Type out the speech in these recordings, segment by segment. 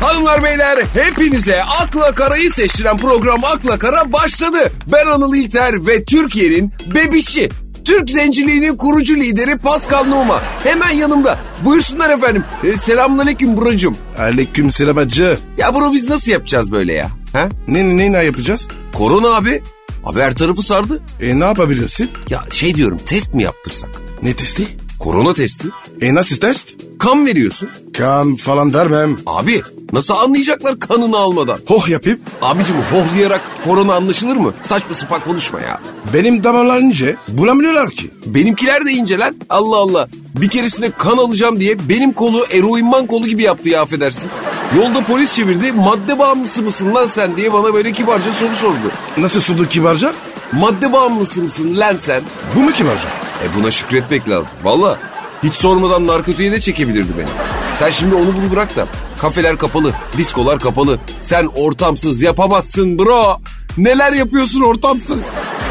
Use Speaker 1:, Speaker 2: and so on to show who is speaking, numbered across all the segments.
Speaker 1: Hanımlar beyler hepinize akla karayı seçtiren program Akla Kara başladı. Ben Anıl İlter ve Türkiye'nin bebişi. Türk zenciliğinin kurucu lideri Pascal Numa. Hemen yanımda. Buyursunlar efendim. E, selamünaleyküm buracım.
Speaker 2: Aleyküm selam hacı.
Speaker 1: Ya bunu biz nasıl yapacağız böyle ya? Ha?
Speaker 2: Ne, ne, ne yapacağız?
Speaker 1: Korona abi. Abi her tarafı sardı.
Speaker 2: E ne yapabilirsin?
Speaker 1: Ya şey diyorum test mi yaptırsak?
Speaker 2: Ne testi?
Speaker 1: Korona testi.
Speaker 2: E nasıl test?
Speaker 1: Kan veriyorsun.
Speaker 2: Kan falan vermem.
Speaker 1: Abi nasıl anlayacaklar kanını almadan?
Speaker 2: Hoh yapayım.
Speaker 1: Abicim hohlayarak korona anlaşılır mı? Saçma sapan konuşma ya.
Speaker 2: Benim damarlar ince. Bulamıyorlar ki.
Speaker 1: Benimkiler de incelen. Allah Allah. Bir keresinde kan alacağım diye benim kolu eroinman kolu gibi yaptı ya affedersin. Yolda polis çevirdi. Madde bağımlısı mısın lan sen diye bana böyle kibarca soru sordu.
Speaker 2: Nasıl sordu kibarca?
Speaker 1: Madde bağımlısı mısın lan sen?
Speaker 2: Bu mu kibarca?
Speaker 1: E buna şükretmek lazım. Valla hiç sormadan narkotiğe de çekebilirdi beni. Sen şimdi onu bunu bırak da. Kafeler kapalı, diskolar kapalı. Sen ortamsız yapamazsın bro. Neler yapıyorsun ortamsız?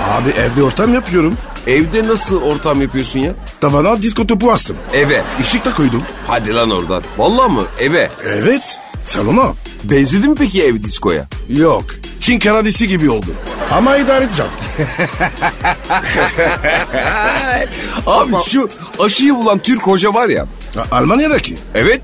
Speaker 2: Abi evde ortam yapıyorum.
Speaker 1: Evde nasıl ortam yapıyorsun ya?
Speaker 2: Tavana disko topu astım.
Speaker 1: Eve.
Speaker 2: Işık da koydum.
Speaker 1: Hadi lan oradan. Valla mı? Eve.
Speaker 2: Evet. Salona.
Speaker 1: Benzedi mi peki ev diskoya?
Speaker 2: Yok. Çin karadisi gibi oldu. Ama idare edeceğim.
Speaker 1: Abi şu aşıyı bulan Türk hoca var ya.
Speaker 2: A- Almanya'daki.
Speaker 1: Evet.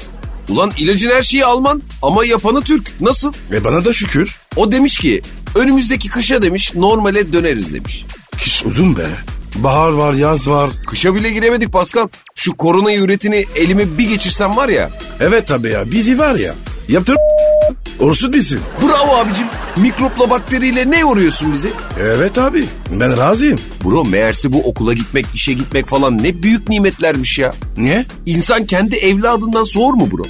Speaker 1: Ulan ilacın her şeyi Alman ama yapanı Türk. Nasıl?
Speaker 2: Ve E, bana da şükür.
Speaker 1: O demiş ki önümüzdeki kışa demiş normale döneriz demiş.
Speaker 2: Kış uzun be. Bahar var, yaz var.
Speaker 1: Kışa bile giremedik Pascal. Şu korona üretini elime bir geçirsem var ya.
Speaker 2: Evet tabii ya. Bizi var ya. Yaptır. Orsun bilsin.
Speaker 1: Bravo abicim. Mikropla bakteriyle ne yoruyorsun bizi?
Speaker 2: Evet abi. Ben razıyım.
Speaker 1: Bro meğerse bu okula gitmek, işe gitmek falan ne büyük nimetlermiş ya.
Speaker 2: Niye?
Speaker 1: İnsan kendi evladından soğur mu bro?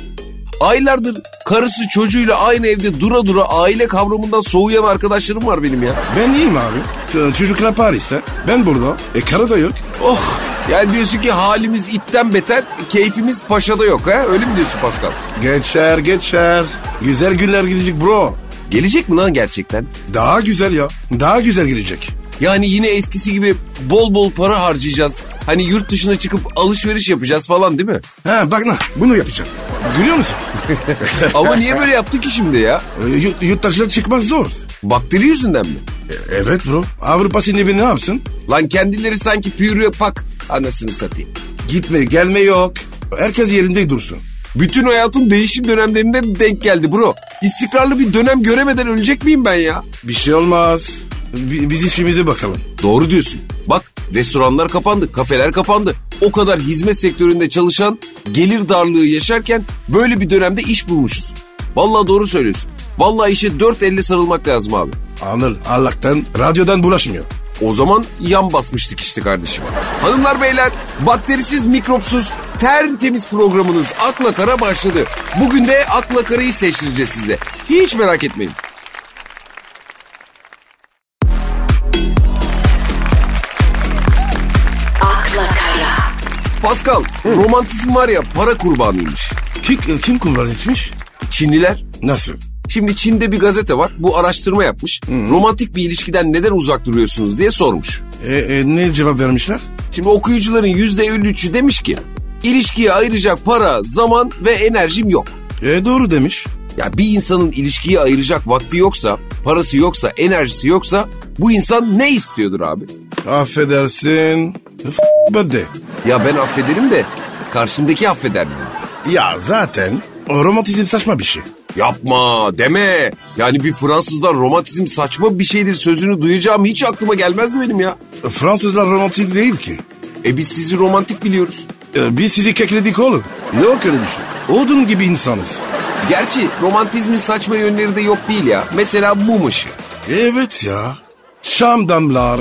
Speaker 1: Aylardır karısı çocuğuyla aynı evde dura dura aile kavramından soğuyan arkadaşlarım var benim ya.
Speaker 2: Ben iyiyim abi. Ç- Çocuklar Paris'te. Ben burada. E karı da yok.
Speaker 1: Oh yani diyorsun ki halimiz itten beter, keyfimiz paşada yok ha öyle mi diyorsun Pascal?
Speaker 2: Geçer geçer. Güzel günler gidecek bro.
Speaker 1: Gelecek mi lan gerçekten?
Speaker 2: Daha güzel ya. Daha güzel gidecek.
Speaker 1: Yani yine eskisi gibi bol bol para harcayacağız. Hani yurt dışına çıkıp alışveriş yapacağız falan değil mi?
Speaker 2: Ha bak na bunu yapacağım. Görüyor musun?
Speaker 1: Ama niye böyle yaptık ki şimdi ya?
Speaker 2: E, Yurt, yurttaşlar çıkmaz zor.
Speaker 1: Bakteri yüzünden mi?
Speaker 2: E, evet bro. Avrupa Sinibi ne yapsın?
Speaker 1: Lan kendileri sanki pürüye pak anasını satayım.
Speaker 2: Gitme gelme yok. Herkes yerinde dursun.
Speaker 1: Bütün hayatım değişim dönemlerine denk geldi bro. İstikrarlı bir dönem göremeden ölecek miyim ben ya?
Speaker 2: Bir şey olmaz. Bi- biz işimize bakalım.
Speaker 1: Doğru diyorsun. Bak restoranlar kapandı, kafeler kapandı. O kadar hizmet sektöründe çalışan gelir darlığı yaşarken böyle bir dönemde iş bulmuşuz. Vallahi doğru söylüyorsun. Vallahi işe dört elle sarılmak lazım abi.
Speaker 2: Anıl Allah'tan radyodan bulaşmıyor.
Speaker 1: O zaman yan basmıştık işte kardeşim. Hanımlar beyler bakterisiz mikropsuz tertemiz programınız Akla Kara başladı. Bugün de Akla Kara'yı seçtireceğiz size. Hiç merak etmeyin.
Speaker 3: akla kara,
Speaker 1: Pascal romantizm var ya para kurbanıymış.
Speaker 2: Kim, kim kullan etmiş?
Speaker 1: Çinliler
Speaker 2: Nasıl?
Speaker 1: Şimdi Çin'de bir gazete var. Bu araştırma yapmış. Romantik bir ilişkiden neden uzak duruyorsunuz diye sormuş.
Speaker 2: E, e, ne cevap vermişler?
Speaker 1: Şimdi okuyucuların yüzde 53'ü demiş ki ilişkiye ayıracak para, zaman ve enerjim yok.
Speaker 2: E, doğru demiş.
Speaker 1: Ya bir insanın ilişkiye ayıracak vakti yoksa, parası yoksa, enerjisi yoksa bu insan ne istiyordur abi?
Speaker 2: Affedersin. F- bade.
Speaker 1: Ya ben affederim de karşındaki affeder mi?
Speaker 2: Ya zaten o romantizm saçma bir şey.
Speaker 1: Yapma deme. Yani bir Fransızdan romantizm saçma bir şeydir sözünü duyacağım hiç aklıma gelmezdi benim ya.
Speaker 2: Fransızlar romantik değil ki.
Speaker 1: E biz sizi romantik biliyoruz.
Speaker 2: E, biz sizi kekledik oğlum. Yok öyle bir şey. Odun gibi insanız.
Speaker 1: Gerçi romantizmin saçma yönleri de yok değil ya. Mesela mum ışığı.
Speaker 2: Evet ya. Şam damlar,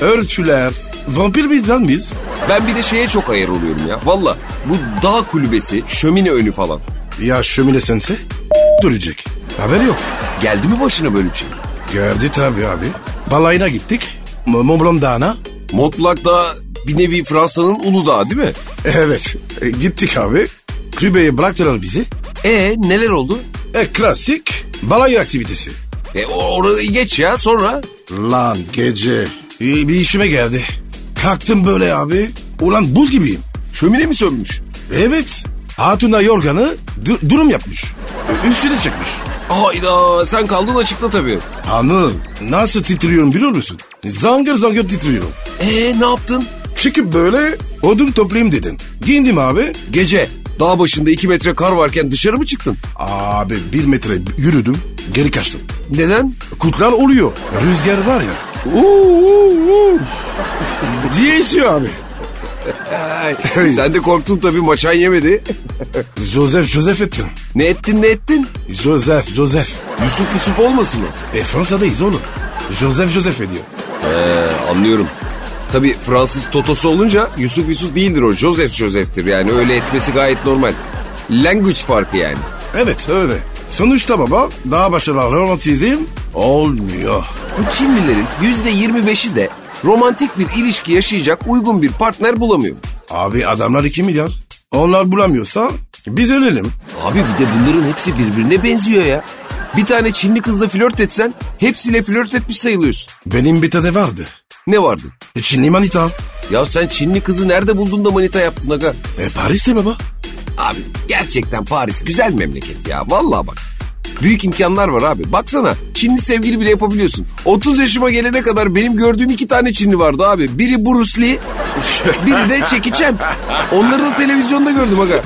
Speaker 2: örtüler. Vampir bir insan mıyız?
Speaker 1: Ben bir de şeye çok ayar oluyorum ya. Valla bu dağ kulübesi, şömine önü falan.
Speaker 2: Ya şömine sense duracak. Haber yok.
Speaker 1: Geldi mi başına böyle bir şey?
Speaker 2: Gördü tabii abi. Balayına gittik. M- Mont Blanc Dağı'na.
Speaker 1: Montblanc da bir nevi Fransa'nın Uludağ'ı değil mi?
Speaker 2: Evet. e, gittik abi. Kulübeye bıraktılar bizi.
Speaker 1: E neler oldu?
Speaker 2: E klasik balayı aktivitesi.
Speaker 1: E o- orayı geç ya sonra.
Speaker 2: Lan gece. İyi bir işime geldi. Kalktım böyle abi. Ulan buz gibiyim.
Speaker 1: Şömine mi sönmüş?
Speaker 2: Evet. Hatun yorganı du- durum yapmış. Ö- Üstüne çekmiş.
Speaker 1: Hayda sen kaldın açıkta tabii.
Speaker 2: Anıl nasıl titriyorum biliyor musun? Zangır zangır titriyorum.
Speaker 1: Ee ne yaptın?
Speaker 2: Çıkıp böyle odun toplayayım dedin. Giyindim abi.
Speaker 1: Gece dağ başında 2 metre kar varken dışarı mı çıktın?
Speaker 2: Abi bir metre yürüdüm geri kaçtım.
Speaker 1: Neden?
Speaker 2: Kurtlar oluyor. Rüzgar var ya. Uuu uuu, uuu diye esiyor abi.
Speaker 1: Ay, sen de korktun tabii maçan yemedi.
Speaker 2: Joseph Joseph ettim.
Speaker 1: ne ettin ne ettin?
Speaker 2: Joseph Joseph.
Speaker 1: Yusuf Yusuf olmasın o.
Speaker 2: E Fransa'dayız oğlum. Joseph Joseph ediyor.
Speaker 1: Ee, anlıyorum. Tabii Fransız Totosu olunca Yusuf Yusuf değildir o. Joseph Joseph'tir yani öyle etmesi gayet normal. Language farkı yani.
Speaker 2: Evet öyle. Sonuçta baba daha başarılı romantizm olmuyor.
Speaker 1: Bu Çinlilerin %25'i de romantik bir ilişki yaşayacak uygun bir partner bulamıyormuş.
Speaker 2: Abi adamlar 2 milyar. Onlar bulamıyorsa biz ölelim.
Speaker 1: Abi bir de bunların hepsi birbirine benziyor ya. Bir tane Çinli kızla flört etsen hepsiyle flört etmiş sayılıyorsun.
Speaker 2: Benim bir tane vardı.
Speaker 1: Ne vardı?
Speaker 2: E, Çinli manita.
Speaker 1: Ya sen Çinli kızı nerede buldun da manita yaptın aga?
Speaker 2: E Paris'te baba.
Speaker 1: Abi gerçekten Paris güzel memleket ya. Vallahi bak. Büyük imkanlar var abi. Baksana Çinli sevgili bile yapabiliyorsun. 30 yaşıma gelene kadar benim gördüğüm iki tane Çinli vardı abi. Biri Bruce Lee, biri de Jackie Chan. Onları da televizyonda gördüm aga.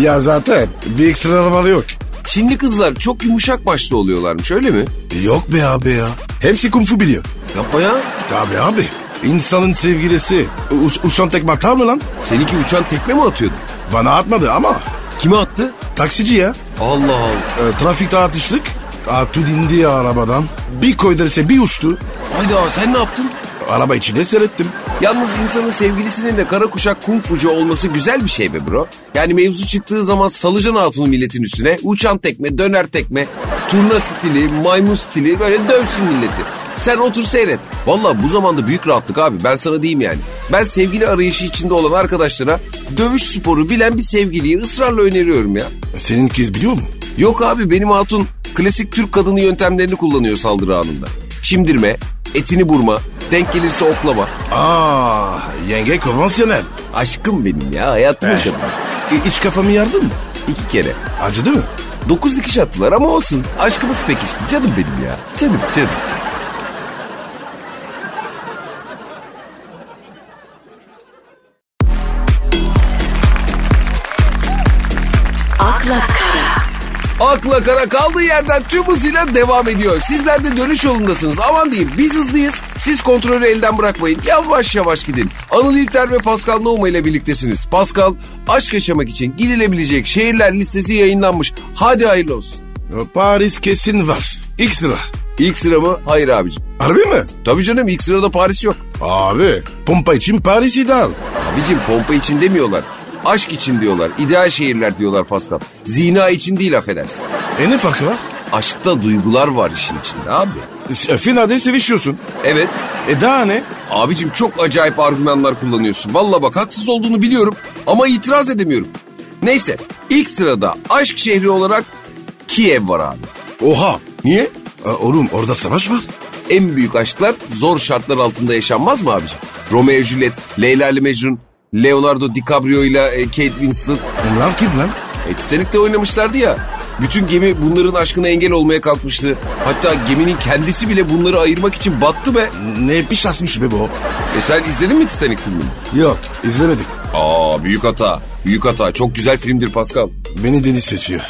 Speaker 2: Ya zaten bir ekstralar var yok.
Speaker 1: Çinli kızlar çok yumuşak başlı oluyorlarmış öyle mi?
Speaker 2: Yok be abi ya. Hepsi kung fu biliyor.
Speaker 1: Yapma ya.
Speaker 2: Tabi abi. İnsanın sevgilisi uç- uçan tekme atar mı lan?
Speaker 1: Seninki uçan tekme mi atıyordu?
Speaker 2: Bana atmadı ama
Speaker 1: Kime attı?
Speaker 2: taksici ya.
Speaker 1: Allah Allah.
Speaker 2: E, trafikte atıştık. Atu indi ya arabadan. Bir koydursa bir uçtu.
Speaker 1: Hayda sen ne yaptın?
Speaker 2: Araba içinde seyrettim.
Speaker 1: Yalnız insanın sevgilisinin de kara kuşak kung fucu olması güzel bir şey be bro. Yani mevzu çıktığı zaman salıcan hatunu milletin üstüne uçan tekme, döner tekme, turna stili, maymun stili böyle dövsün milleti. Sen otur seyret. Valla bu zamanda büyük rahatlık abi ben sana diyeyim yani. Ben sevgili arayışı içinde olan arkadaşlara dövüş sporu bilen bir sevgiliyi ısrarla öneriyorum ya.
Speaker 2: Senin kız biliyor mu?
Speaker 1: Yok abi benim hatun klasik Türk kadını yöntemlerini kullanıyor saldırı anında. Çimdirme, etini burma, denk gelirse oklama.
Speaker 2: Aa, Ah, yenge konvansiyonel.
Speaker 1: Aşkım benim ya hayatımın kadını.
Speaker 2: E, iç kafamı yardın mı?
Speaker 1: İki kere.
Speaker 2: Acıdı mı?
Speaker 1: Dokuz dikiş attılar ama olsun. Aşkımız pekişti canım benim ya. Canım canım.
Speaker 3: akla kara,
Speaker 1: Akla kara kaldığı yerden tüm hızıyla devam ediyor. Sizler de dönüş yolundasınız. Aman diyeyim biz hızlıyız. Siz kontrolü elden bırakmayın. Yavaş yavaş gidin. Anıl İlter ve Pascal Nohuma ile birliktesiniz. Pascal aşk yaşamak için gidilebilecek şehirler listesi yayınlanmış. Hadi hayırlı olsun.
Speaker 2: E, Paris kesin var. İlk sıra.
Speaker 1: İlk sıra mı? Hayır abicim.
Speaker 2: Harbi mi?
Speaker 1: Tabii canım ilk sırada Paris yok.
Speaker 2: Abi, pompa için Paris ideal.
Speaker 1: Abicim pompa için demiyorlar. Aşk için diyorlar. İdeal şehirler diyorlar Pascal. Zina için değil affedersin.
Speaker 2: E ne farkı var?
Speaker 1: Aşkta duygular var işin içinde abi.
Speaker 2: E, Finalde sevişiyorsun.
Speaker 1: Evet.
Speaker 2: E daha ne?
Speaker 1: Abicim çok acayip argümanlar kullanıyorsun. Valla bak haksız olduğunu biliyorum ama itiraz edemiyorum. Neyse ilk sırada aşk şehri olarak Kiev var abi.
Speaker 2: Oha.
Speaker 1: Niye?
Speaker 2: E, oğlum orada savaş var.
Speaker 1: En büyük aşklar zor şartlar altında yaşanmaz mı abicim? Romeo Juliet, Leyla ile Mecnun, Leonardo DiCaprio ile e, Kate Winslet.
Speaker 2: Bunlar kim lan?
Speaker 1: E, Titanic'te oynamışlardı ya. Bütün gemi bunların aşkına engel olmaya kalkmıştı. Hatta geminin kendisi bile bunları ayırmak için battı be.
Speaker 2: Ne piş asmış be bu.
Speaker 1: E sen izledin mi Titanic filmini?
Speaker 2: Yok izlemedik.
Speaker 1: Aa büyük hata. Büyük hata. Çok güzel filmdir Pascal.
Speaker 2: Beni deniz seçiyor.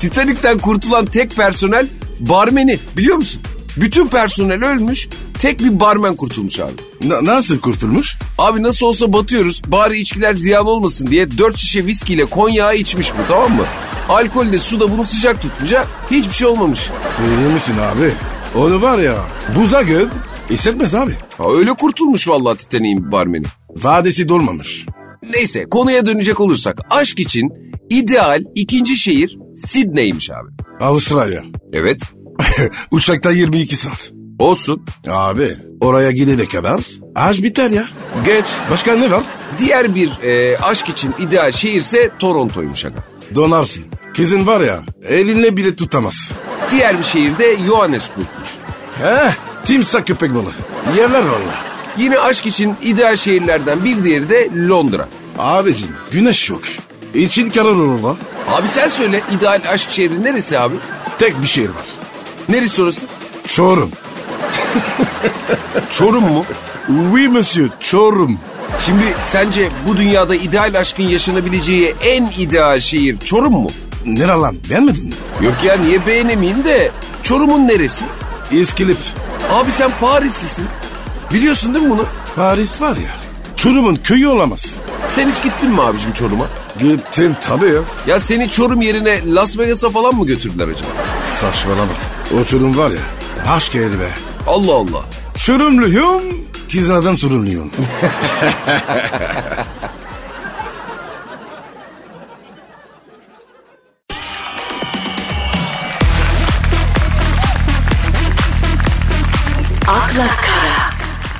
Speaker 1: Titanic'ten kurtulan tek personel barmeni biliyor musun? Bütün personel ölmüş. Tek bir barmen kurtulmuş abi.
Speaker 2: Na- nasıl kurtulmuş?
Speaker 1: Abi nasıl olsa batıyoruz. Bari içkiler ziyan olmasın diye 4 şişe viskiyle konyağı içmiş bu tamam mı? Alkolle su da bunu sıcak tutunca hiçbir şey olmamış.
Speaker 2: Deli misin abi? Onu var ya buza göm hissetmez abi.
Speaker 1: Ha, öyle kurtulmuş vallahi Titanic'in barmeni.
Speaker 2: Vadesi dolmamış.
Speaker 1: Neyse konuya dönecek olursak aşk için ideal ikinci şehir Sidney'miş abi.
Speaker 2: Avustralya.
Speaker 1: Evet
Speaker 2: Uçakta 22 saat.
Speaker 1: olsun.
Speaker 2: Abi oraya gidene kadar ağaç biter ya. Geç. Başka ne var?
Speaker 1: Diğer bir e, aşk için ideal şehirse Toronto'ymuş aga.
Speaker 2: Donarsın. Kızın var ya elinle bile tutamaz.
Speaker 1: Diğer bir şehir de Johannesburg'muş.
Speaker 2: Heh timsah köpek balı. Yerler valla.
Speaker 1: Yine aşk için ideal şehirlerden bir diğeri de Londra.
Speaker 2: Abicim güneş yok. İçin karar orada.
Speaker 1: Abi sen söyle ideal aşk şehri neresi abi?
Speaker 2: Tek bir şehir var.
Speaker 1: Neresi orası?
Speaker 2: Çorum.
Speaker 1: Çorum mu?
Speaker 2: Oui monsieur Çorum.
Speaker 1: Şimdi sence bu dünyada ideal aşkın yaşanabileceği en ideal şehir Çorum mu?
Speaker 2: Ne lan beğenmedin mi?
Speaker 1: Yok ya niye beğenemeyeyim de Çorum'un neresi?
Speaker 2: İskilip.
Speaker 1: Abi sen Parislisin. Biliyorsun değil mi bunu?
Speaker 2: Paris var ya. Çorum'un köyü olamaz.
Speaker 1: Sen hiç gittin mi abicim Çorum'a?
Speaker 2: Gittim tabii ya.
Speaker 1: Ya seni Çorum yerine Las Vegas'a falan mı götürdüler acaba?
Speaker 2: Saçmalama. O Çorum var ya. Aşk yeri be.
Speaker 1: Allah Allah.
Speaker 2: Çorumluyum. Kızlardan sorumluyum.
Speaker 3: akla kara,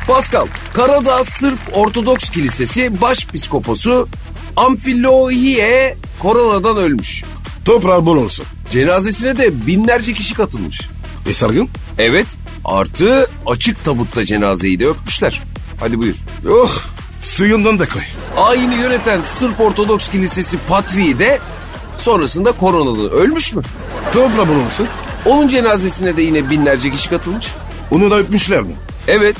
Speaker 1: Pascal, Karadağ Sırp Ortodoks Kilisesi Başpiskoposu Amfilohiye koronadan ölmüş.
Speaker 2: Toprağı bol olsun.
Speaker 1: Cenazesine de binlerce kişi katılmış.
Speaker 2: E sargın?
Speaker 1: Evet, artı açık tabutta cenazeyi de öpmüşler. Hadi buyur.
Speaker 2: Oh suyundan da koy.
Speaker 1: Ayini yöneten Sırp Ortodoks Kilisesi Patriği de sonrasında koronadan ölmüş mü?
Speaker 2: Toprağı bol olsun.
Speaker 1: Onun cenazesine de yine binlerce kişi katılmış.
Speaker 2: Onu da öpmüşler mi?
Speaker 1: Evet,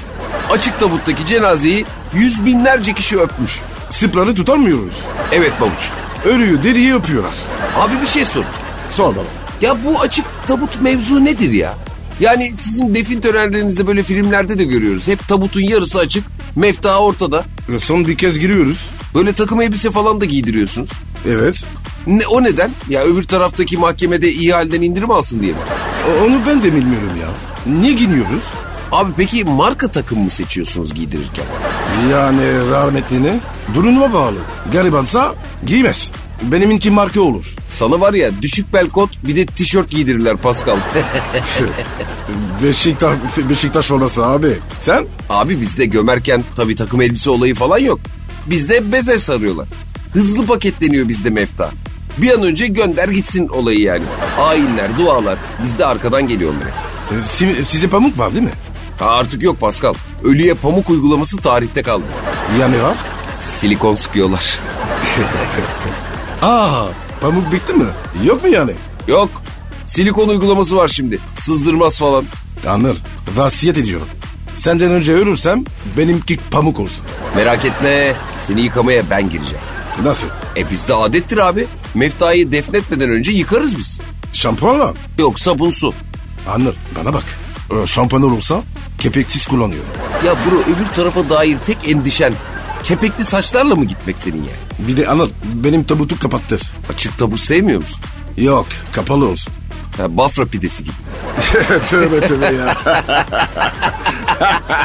Speaker 1: açık tabuttaki cenazeyi yüz binlerce kişi öpmüş.
Speaker 2: Sıpları tutamıyoruz.
Speaker 1: Evet babuş.
Speaker 2: Ölüyü deriyi öpüyorlar.
Speaker 1: Abi bir şey sor.
Speaker 2: Sor baba.
Speaker 1: Ya bu açık tabut mevzu nedir ya? Yani sizin defin törenlerinizde böyle filmlerde de görüyoruz. Hep tabutun yarısı açık, mefta ortada.
Speaker 2: E, Son bir kez giriyoruz.
Speaker 1: Böyle takım elbise falan da giydiriyorsunuz.
Speaker 2: Evet.
Speaker 1: Ne, o neden? Ya öbür taraftaki mahkemede iyi halden indirim alsın diye mi?
Speaker 2: O- onu ben de bilmiyorum ya. Niye giriyoruz?
Speaker 1: Abi peki marka takım mı seçiyorsunuz giydirirken?
Speaker 2: Yani rahmetliğine durumuma bağlı. Garibansa giymez. Beniminki marka olur.
Speaker 1: Sana var ya düşük bel kot bir de tişört giydirirler Pascal.
Speaker 2: Beşiktaş, Beşiktaş olması abi. Sen?
Speaker 1: Abi bizde gömerken tabii takım elbise olayı falan yok. Bizde beze sarıyorlar. Hızlı paketleniyor bizde mefta. Bir an önce gönder gitsin olayı yani. Ayinler, dualar bizde arkadan geliyor onlara.
Speaker 2: E, si- Size pamuk var değil mi?
Speaker 1: Ha artık yok Pascal. Ölüye pamuk uygulaması tarihte kaldı.
Speaker 2: Ya ne var?
Speaker 1: Silikon sıkıyorlar.
Speaker 2: Aa, pamuk bitti mi? Yok mu yani?
Speaker 1: Yok. Silikon uygulaması var şimdi. Sızdırmaz falan.
Speaker 2: Tanrı, vasiyet ediyorum. Senden önce ölürsem benimki pamuk olsun.
Speaker 1: Merak etme. Seni yıkamaya ben gireceğim.
Speaker 2: Nasıl?
Speaker 1: E bizde adettir abi. Meftayı defnetmeden önce yıkarız biz.
Speaker 2: Şampuanla?
Speaker 1: Yok sabun su.
Speaker 2: Anır, bana bak. E, Şampuan olursa kepeksiz kullanıyorum.
Speaker 1: Ya bro öbür tarafa dair tek endişen kepekli saçlarla mı gitmek senin ya?
Speaker 2: Bir de Anır, benim tabutu kapattır.
Speaker 1: Açık tabu sevmiyor musun?
Speaker 2: Yok, kapalı olsun.
Speaker 1: Ha, bafra pidesi gibi.
Speaker 2: tövbe tövbe ya.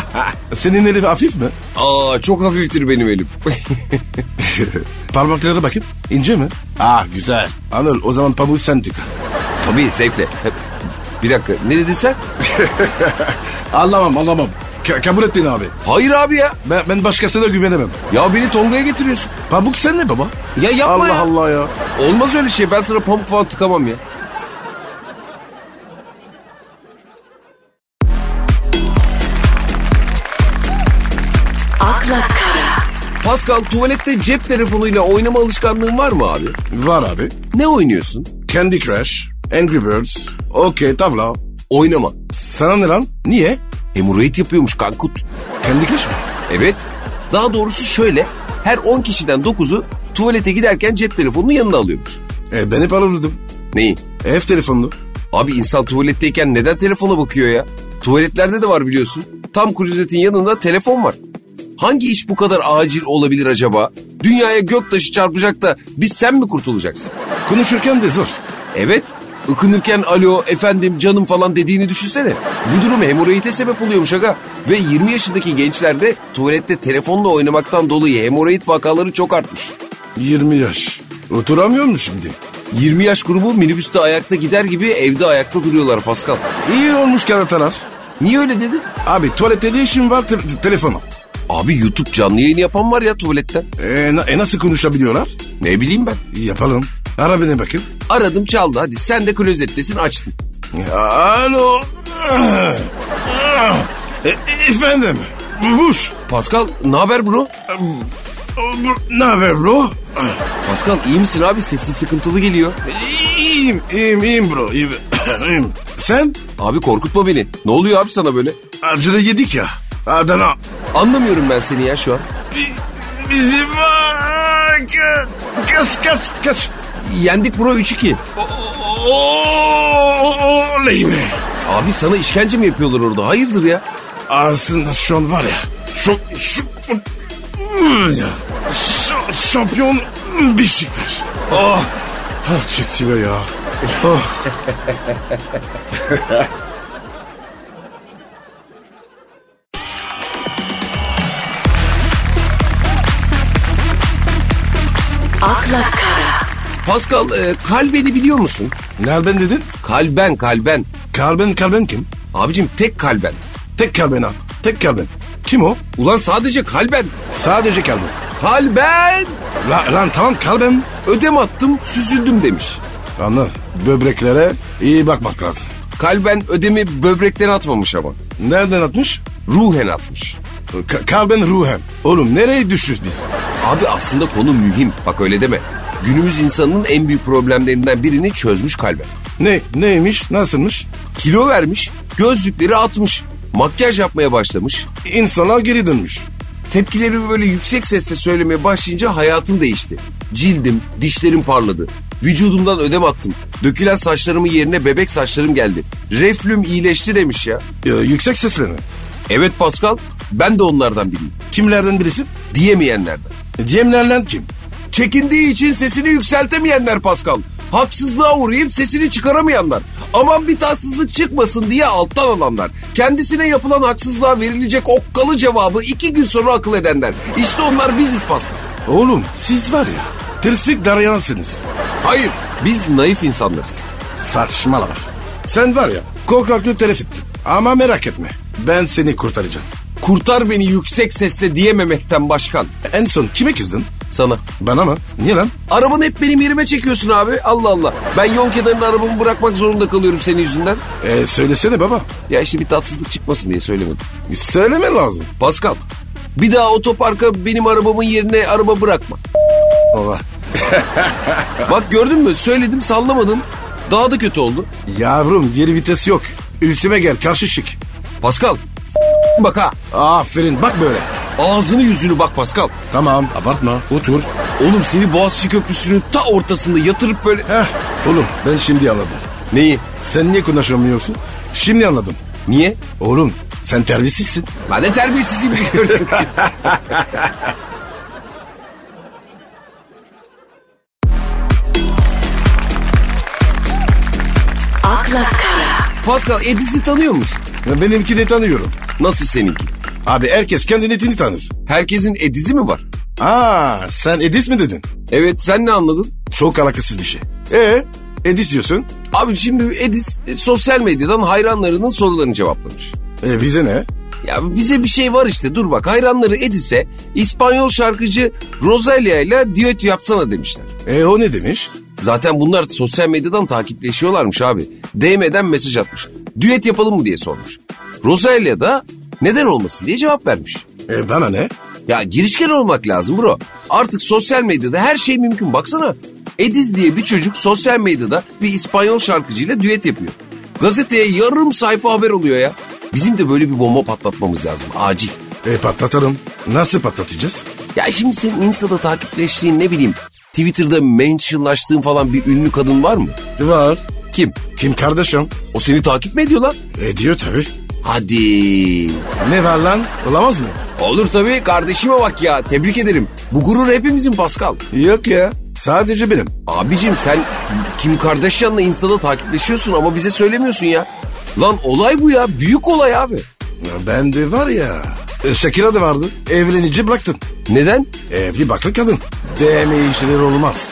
Speaker 2: Senin elin hafif mi?
Speaker 1: Aa çok hafiftir benim elim.
Speaker 2: Parmaklara bakın. ince mi? Ah güzel. Anıl o zaman pamuğu sen tıka.
Speaker 1: Tabii zevkle. Ha, Bir dakika ne dedin sen?
Speaker 2: Anlamam anlamam. Ka- kabul ettin abi.
Speaker 1: Hayır abi ya.
Speaker 2: Ben, ben başkasına güvenemem.
Speaker 1: Ya beni Tonga'ya getiriyorsun.
Speaker 2: Pamuk sen ne baba?
Speaker 1: Ya yapma
Speaker 2: Allah
Speaker 1: ya.
Speaker 2: Allah ya.
Speaker 1: Olmaz öyle şey. Ben sana pamuk falan tıkamam ya.
Speaker 3: akla kara,
Speaker 1: Pascal tuvalette cep telefonuyla oynama alışkanlığın var mı abi?
Speaker 2: Var abi.
Speaker 1: Ne oynuyorsun?
Speaker 2: Candy Crush, Angry Birds, okey tavla.
Speaker 1: Oynama.
Speaker 2: Sana ne lan? Niye?
Speaker 1: Hemoroid yapıyormuş kankut.
Speaker 2: Candy Crush mı?
Speaker 1: Evet. Daha doğrusu şöyle. Her 10 kişiden 9'u tuvalete giderken cep telefonunu yanına alıyormuş.
Speaker 2: E, ben hep alırdım.
Speaker 1: Neyi?
Speaker 2: Ev telefonlu.
Speaker 1: Abi insan tuvaletteyken neden telefona bakıyor ya? Tuvaletlerde de var biliyorsun. Tam klozetin yanında telefon var. Hangi iş bu kadar acil olabilir acaba? Dünyaya göktaşı çarpacak da biz sen mi kurtulacaksın?
Speaker 2: Konuşurken de zor.
Speaker 1: Evet. Ikınırken alo efendim canım falan dediğini düşünsene. Bu durum hemoroide sebep oluyormuş aga. Ve 20 yaşındaki gençlerde tuvalette telefonla oynamaktan dolayı hemoroid vakaları çok artmış.
Speaker 2: 20 yaş. Oturamıyor mu şimdi?
Speaker 1: 20 yaş grubu minibüste ayakta gider gibi evde ayakta duruyorlar Pascal.
Speaker 2: İyi olmuş karatalar.
Speaker 1: Niye öyle dedin?
Speaker 2: Abi tuvalette ne işin var te- telefona?
Speaker 1: Abi YouTube canlı yayını yapan var ya tuvaletten.
Speaker 2: E, na- e, nasıl konuşabiliyorlar?
Speaker 1: Ne bileyim ben.
Speaker 2: Yapalım. Ara beni bakayım.
Speaker 1: Aradım çaldı hadi sen de klozettesin açtın.
Speaker 2: Alo. E, e, efendim. Buş. E,
Speaker 1: Pascal ne haber bro?
Speaker 2: Ne haber bro?
Speaker 1: Pascal iyi misin abi? Sesin sıkıntılı geliyor.
Speaker 2: İyiyim, iyiyim, iyiyim bro. iyiyim. İyiyim. Sen?
Speaker 1: Abi korkutma beni. Ne oluyor abi sana böyle?
Speaker 2: Acılı yedik ya. Adana.
Speaker 1: Anlamıyorum ben seni ya şu an.
Speaker 2: Bi- Bizim... Aa, ka- Kaç, kaç, kaç.
Speaker 1: Yendik bro 3-2.
Speaker 2: Oo, Oley be.
Speaker 1: Abi sana işkence mi yapıyorlar orada? Hayırdır ya?
Speaker 2: Aslında şu an var ya. Şu, şu, şu, şampiyon Beşiktaş. Oh, ah çekti be ya. Oh.
Speaker 3: akla kara,
Speaker 1: Pascal e, kalbeni biliyor musun?
Speaker 2: Nereden dedin?
Speaker 1: Kalben kalben.
Speaker 2: Kalben, Kalben kim?
Speaker 1: Abicim tek kalben.
Speaker 2: Tek Kalben abi. Tek Kalben. Kim o?
Speaker 1: Ulan sadece kalben.
Speaker 2: Sadece Kalben.
Speaker 1: Kalben.
Speaker 2: La, lan tamam Kalben.
Speaker 1: Ödem attım süzüldüm demiş.
Speaker 2: Anladım. Böbreklere iyi bakmak lazım.
Speaker 1: Kalben ödemi böbreklere atmamış ama.
Speaker 2: Nereden atmış?
Speaker 1: Ruhen atmış.
Speaker 2: Ka- kalben ruhem. Oğlum nereye düştük biz?
Speaker 1: Abi aslında konu mühim. Bak öyle deme. Günümüz insanının en büyük problemlerinden birini çözmüş kalben.
Speaker 2: Ne neymiş nasılmış?
Speaker 1: Kilo vermiş, gözlükleri atmış, makyaj yapmaya başlamış.
Speaker 2: İnsanlar geri dönmüş.
Speaker 1: Tepkilerimi böyle yüksek sesle söylemeye başlayınca hayatım değişti. Cildim, dişlerim parladı. Vücudumdan ödem attım. Dökülen saçlarımın yerine bebek saçlarım geldi. Reflüm iyileşti demiş ya.
Speaker 2: Ee, yüksek sesle mi?
Speaker 1: Evet Pascal, ben de onlardan biriyim.
Speaker 2: Kimlerden birisi?
Speaker 1: Diyemeyenlerden.
Speaker 2: Cemlerden kim?
Speaker 1: Çekindiği için sesini yükseltemeyenler Pascal. Haksızlığa uğrayıp sesini çıkaramayanlar. Aman bir tatsızlık çıkmasın diye alttan alanlar. Kendisine yapılan haksızlığa verilecek okkalı cevabı iki gün sonra akıl edenler. İşte onlar biziz Pascal.
Speaker 2: Oğlum siz var ya tırsık darayansınız.
Speaker 1: Hayır, biz naif insanlarız.
Speaker 2: Saçmalama. Sen var ya korkaklı telef ettin. Ama merak etme ben seni kurtaracağım.
Speaker 1: Kurtar beni yüksek sesle diyememekten başkan.
Speaker 2: En son kime kızdın?
Speaker 1: Sana.
Speaker 2: Bana mı? Niye lan?
Speaker 1: Arabanı hep benim yerime çekiyorsun abi. Allah Allah. Ben yol kenarına arabamı bırakmak zorunda kalıyorum senin yüzünden.
Speaker 2: Ee, söylesene baba.
Speaker 1: Ya işte bir tatsızlık çıkmasın diye söylemedim.
Speaker 2: Söyleme lazım.
Speaker 1: Pascal, bir daha otoparka benim arabamın yerine araba bırakma.
Speaker 2: Baba.
Speaker 1: Bak gördün mü? Söyledim sallamadın. Daha da kötü oldu.
Speaker 2: Yavrum geri vites yok. Üstüme gel karşı şık.
Speaker 1: Pascal, s- bak ha.
Speaker 2: Aferin bak böyle.
Speaker 1: Ağzını yüzünü bak Pascal.
Speaker 2: Tamam abartma otur.
Speaker 1: Oğlum seni Boğaziçi Köprüsü'nün ta ortasında yatırıp böyle...
Speaker 2: Heh oğlum ben şimdi anladım.
Speaker 1: Neyi?
Speaker 2: Sen niye konuşamıyorsun? Şimdi anladım.
Speaker 1: Niye?
Speaker 2: Oğlum sen terbiyesizsin.
Speaker 1: Lan ne terbiyesizim gördün.
Speaker 3: akla kara,
Speaker 1: Pascal Edis'i tanıyor musun?
Speaker 2: Ya Benimki de tanıyorum.
Speaker 1: Nasıl seninki?
Speaker 2: Abi herkes kendi netini tanır.
Speaker 1: Herkesin Edis'i mi var?
Speaker 2: Aa sen Edis mi dedin?
Speaker 1: Evet sen ne anladın?
Speaker 2: Çok alakasız bir şey. Ee Edis diyorsun.
Speaker 1: Abi şimdi Edis e, sosyal medyadan hayranlarının sorularını cevaplamış.
Speaker 2: E bize ne?
Speaker 1: Ya bize bir şey var işte dur bak hayranları Edis'e İspanyol şarkıcı Rosalia ile düet yapsana demişler.
Speaker 2: E o ne demiş?
Speaker 1: Zaten bunlar sosyal medyadan takipleşiyorlarmış abi. DM'den mesaj atmış. Düet yapalım mı diye sormuş. Rosalia da neden olmasın diye cevap vermiş.
Speaker 2: E bana ne?
Speaker 1: Ya girişken olmak lazım bro. Artık sosyal medyada her şey mümkün baksana. Ediz diye bir çocuk sosyal medyada bir İspanyol şarkıcıyla düet yapıyor. Gazeteye yarım sayfa haber oluyor ya. Bizim de böyle bir bomba patlatmamız lazım acil.
Speaker 2: E patlatalım. Nasıl patlatacağız?
Speaker 1: Ya şimdi senin Insta'da takipleştiğin ne bileyim Twitter'da mentionlaştığın falan bir ünlü kadın var mı?
Speaker 2: E, Var.
Speaker 1: Kim?
Speaker 2: Kim kardeşim?
Speaker 1: O seni takip mi ediyor lan?
Speaker 2: E diyor tabii.
Speaker 1: Hadi.
Speaker 2: Ne var lan? Olamaz mı?
Speaker 1: Olur tabii kardeşime bak ya tebrik ederim. Bu gurur hepimizin Pascal.
Speaker 2: Yok ya. Sadece benim.
Speaker 1: Abicim sen Kim Kardashian'la Insta'da takipleşiyorsun ama bize söylemiyorsun ya. Lan olay bu ya büyük olay abi.
Speaker 2: Ya Ben de var ya. e, Shakira da vardı. Evlenici bıraktın.
Speaker 1: Neden?
Speaker 2: Evli baklı kadın. DM işleri olmaz.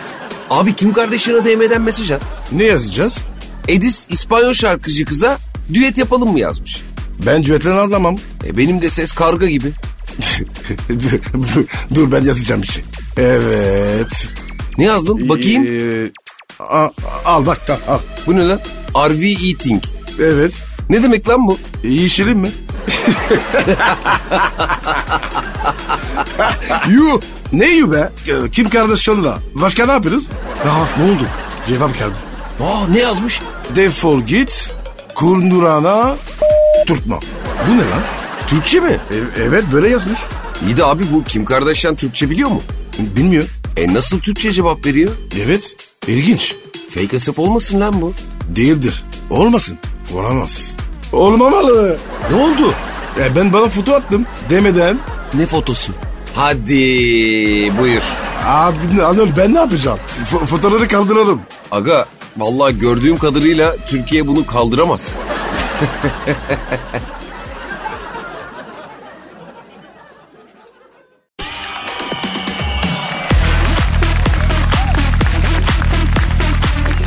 Speaker 1: Abi Kim Kardashian'a DM'den mesaj at.
Speaker 2: Ne yazacağız?
Speaker 1: Edis İspanyol şarkıcı kıza düet yapalım mı yazmış.
Speaker 2: Ben düetlerini anlamam.
Speaker 1: E benim de ses karga gibi.
Speaker 2: dur, dur- dur ben yazacağım bir şey. Evet.
Speaker 1: Ne yazdın? Bakayım.
Speaker 2: Ee, a- al bak da al.
Speaker 1: Bu ne lan? RV Eating.
Speaker 2: Evet.
Speaker 1: Ne demek lan bu?
Speaker 2: İyi işelim mi? Yuh. Ne yuh be? Ee, Kim kardeşinle? Başka ne yapıyoruz? Aha ne oldu? Cevap geldi.
Speaker 1: Aa ne yazmış?
Speaker 2: Defol git. Kundurana tutma. Bu ne lan?
Speaker 1: Türkçe mi?
Speaker 2: E- evet böyle yazmış.
Speaker 1: İyi de abi bu Kim Kardashian Türkçe biliyor mu?
Speaker 2: Bilmiyor.
Speaker 1: E nasıl Türkçe cevap veriyor?
Speaker 2: Evet ilginç.
Speaker 1: Fake hesap olmasın lan bu.
Speaker 2: Değildir. Olmasın. Olamaz. Olmamalı.
Speaker 1: Ne oldu?
Speaker 2: E, ben bana foto attım demeden.
Speaker 1: Ne fotosu? Hadi buyur.
Speaker 2: Abi anıl ben ne yapacağım? F- fotoğrafları kaldırırım.
Speaker 1: Aga vallahi gördüğüm kadarıyla Türkiye bunu kaldıramaz.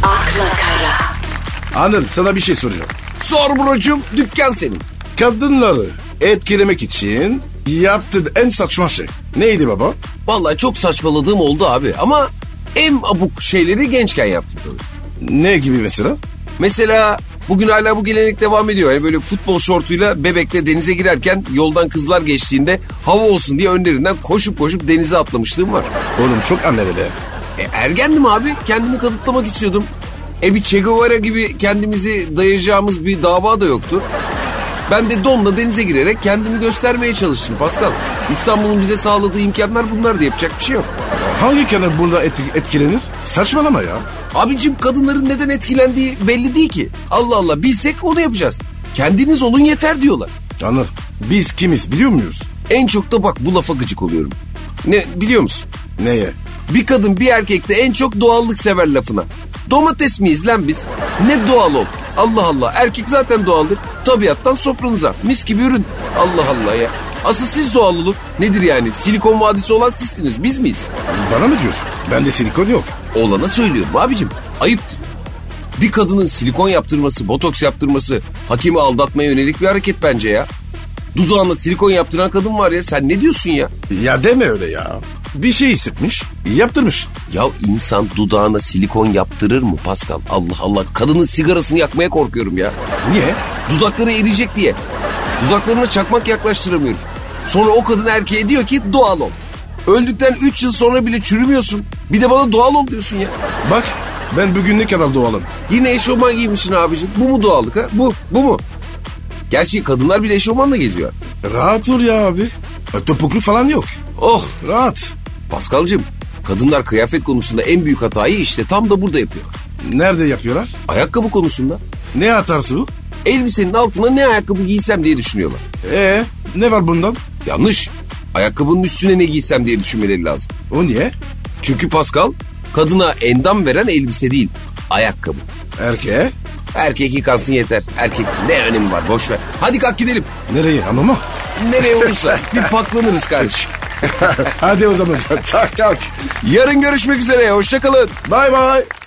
Speaker 3: akla kara,
Speaker 2: Anıl sana bir şey soracağım.
Speaker 1: Sor brocum dükkan senin.
Speaker 2: Kadınları etkilemek için yaptığın en saçma şey. Neydi baba?
Speaker 1: Vallahi çok saçmaladığım oldu abi ama en abuk şeyleri gençken yaptım tabii.
Speaker 2: Ne gibi mesela?
Speaker 1: Mesela bugün hala bu gelenek devam ediyor. Yani böyle futbol şortuyla bebekle denize girerken yoldan kızlar geçtiğinde hava olsun diye önlerinden koşup koşup denize atlamışlığım var.
Speaker 2: Oğlum çok anneli be.
Speaker 1: E, ergendim abi. Kendimi kanıtlamak istiyordum. E bir Che Guevara gibi kendimizi dayayacağımız bir dava da yoktu. Ben de donla denize girerek kendimi göstermeye çalıştım Pascal. İstanbul'un bize sağladığı imkanlar bunlar da yapacak bir şey yok.
Speaker 2: Hangi kanal burada etki- etkilenir? Saçmalama ya.
Speaker 1: Abicim kadınların neden etkilendiği belli değil ki. Allah Allah bilsek onu yapacağız. Kendiniz olun yeter diyorlar.
Speaker 2: Anıl biz kimiz biliyor muyuz?
Speaker 1: En çok da bak bu lafa gıcık oluyorum. Ne biliyor musun?
Speaker 2: Neye?
Speaker 1: Bir kadın bir erkekte en çok doğallık sever lafına. Domates miyiz lan biz? Ne doğal ol. Allah Allah erkek zaten doğaldır. Tabiattan sofranıza mis gibi ürün. Allah Allah ya. Asıl siz doğal olun. Nedir yani silikon vadisi olan sizsiniz biz miyiz?
Speaker 2: Bana mı diyorsun? Bende silikon yok.
Speaker 1: Olana söylüyorum abicim ayıptır. Bir kadının silikon yaptırması, botoks yaptırması hakimi aldatmaya yönelik bir hareket bence ya. Dudağına silikon yaptıran kadın var ya sen ne diyorsun ya?
Speaker 2: Ya deme öyle ya. Bir şey hissetmiş, yaptırmış.
Speaker 1: Ya insan dudağına silikon yaptırır mı Pascal? Allah Allah kadının sigarasını yakmaya korkuyorum ya.
Speaker 2: Niye?
Speaker 1: Dudakları eriyecek diye. Dudaklarına çakmak yaklaştıramıyorum. Sonra o kadın erkeğe diyor ki doğal ol. Öldükten 3 yıl sonra bile çürümüyorsun. Bir de bana doğal ol diyorsun ya.
Speaker 2: Bak ben bugün ne kadar doğalım.
Speaker 1: Yine eşofman giymişsin abicim. Bu mu doğallık ha? Bu, bu mu? Gerçi kadınlar bile eşofmanla geziyor.
Speaker 2: Rahat ol ya abi. E, Topuklu falan yok. Oh rahat.
Speaker 1: Paskal'cığım kadınlar kıyafet konusunda en büyük hatayı işte tam da burada yapıyor.
Speaker 2: Nerede yapıyorlar?
Speaker 1: Ayakkabı konusunda.
Speaker 2: Ne atarsı bu?
Speaker 1: Elbisenin altına ne ayakkabı giysem diye düşünüyorlar.
Speaker 2: Ee, ne var bundan?
Speaker 1: Yanlış. Ayakkabının üstüne ne giysem diye düşünmeleri lazım.
Speaker 2: O niye?
Speaker 1: Çünkü Pascal kadına endam veren elbise değil, ayakkabı.
Speaker 2: Erkeğe.
Speaker 1: Erkek yıkansın yeter. Erkek ne önemi var boş ver. Hadi kalk gidelim.
Speaker 2: Nereye hamama?
Speaker 1: Nereye olursa bir paklanırız kardeşim.
Speaker 2: Hadi o zaman. Çak kalk.
Speaker 1: Yarın görüşmek üzere. Hoşçakalın.
Speaker 2: Bye bye.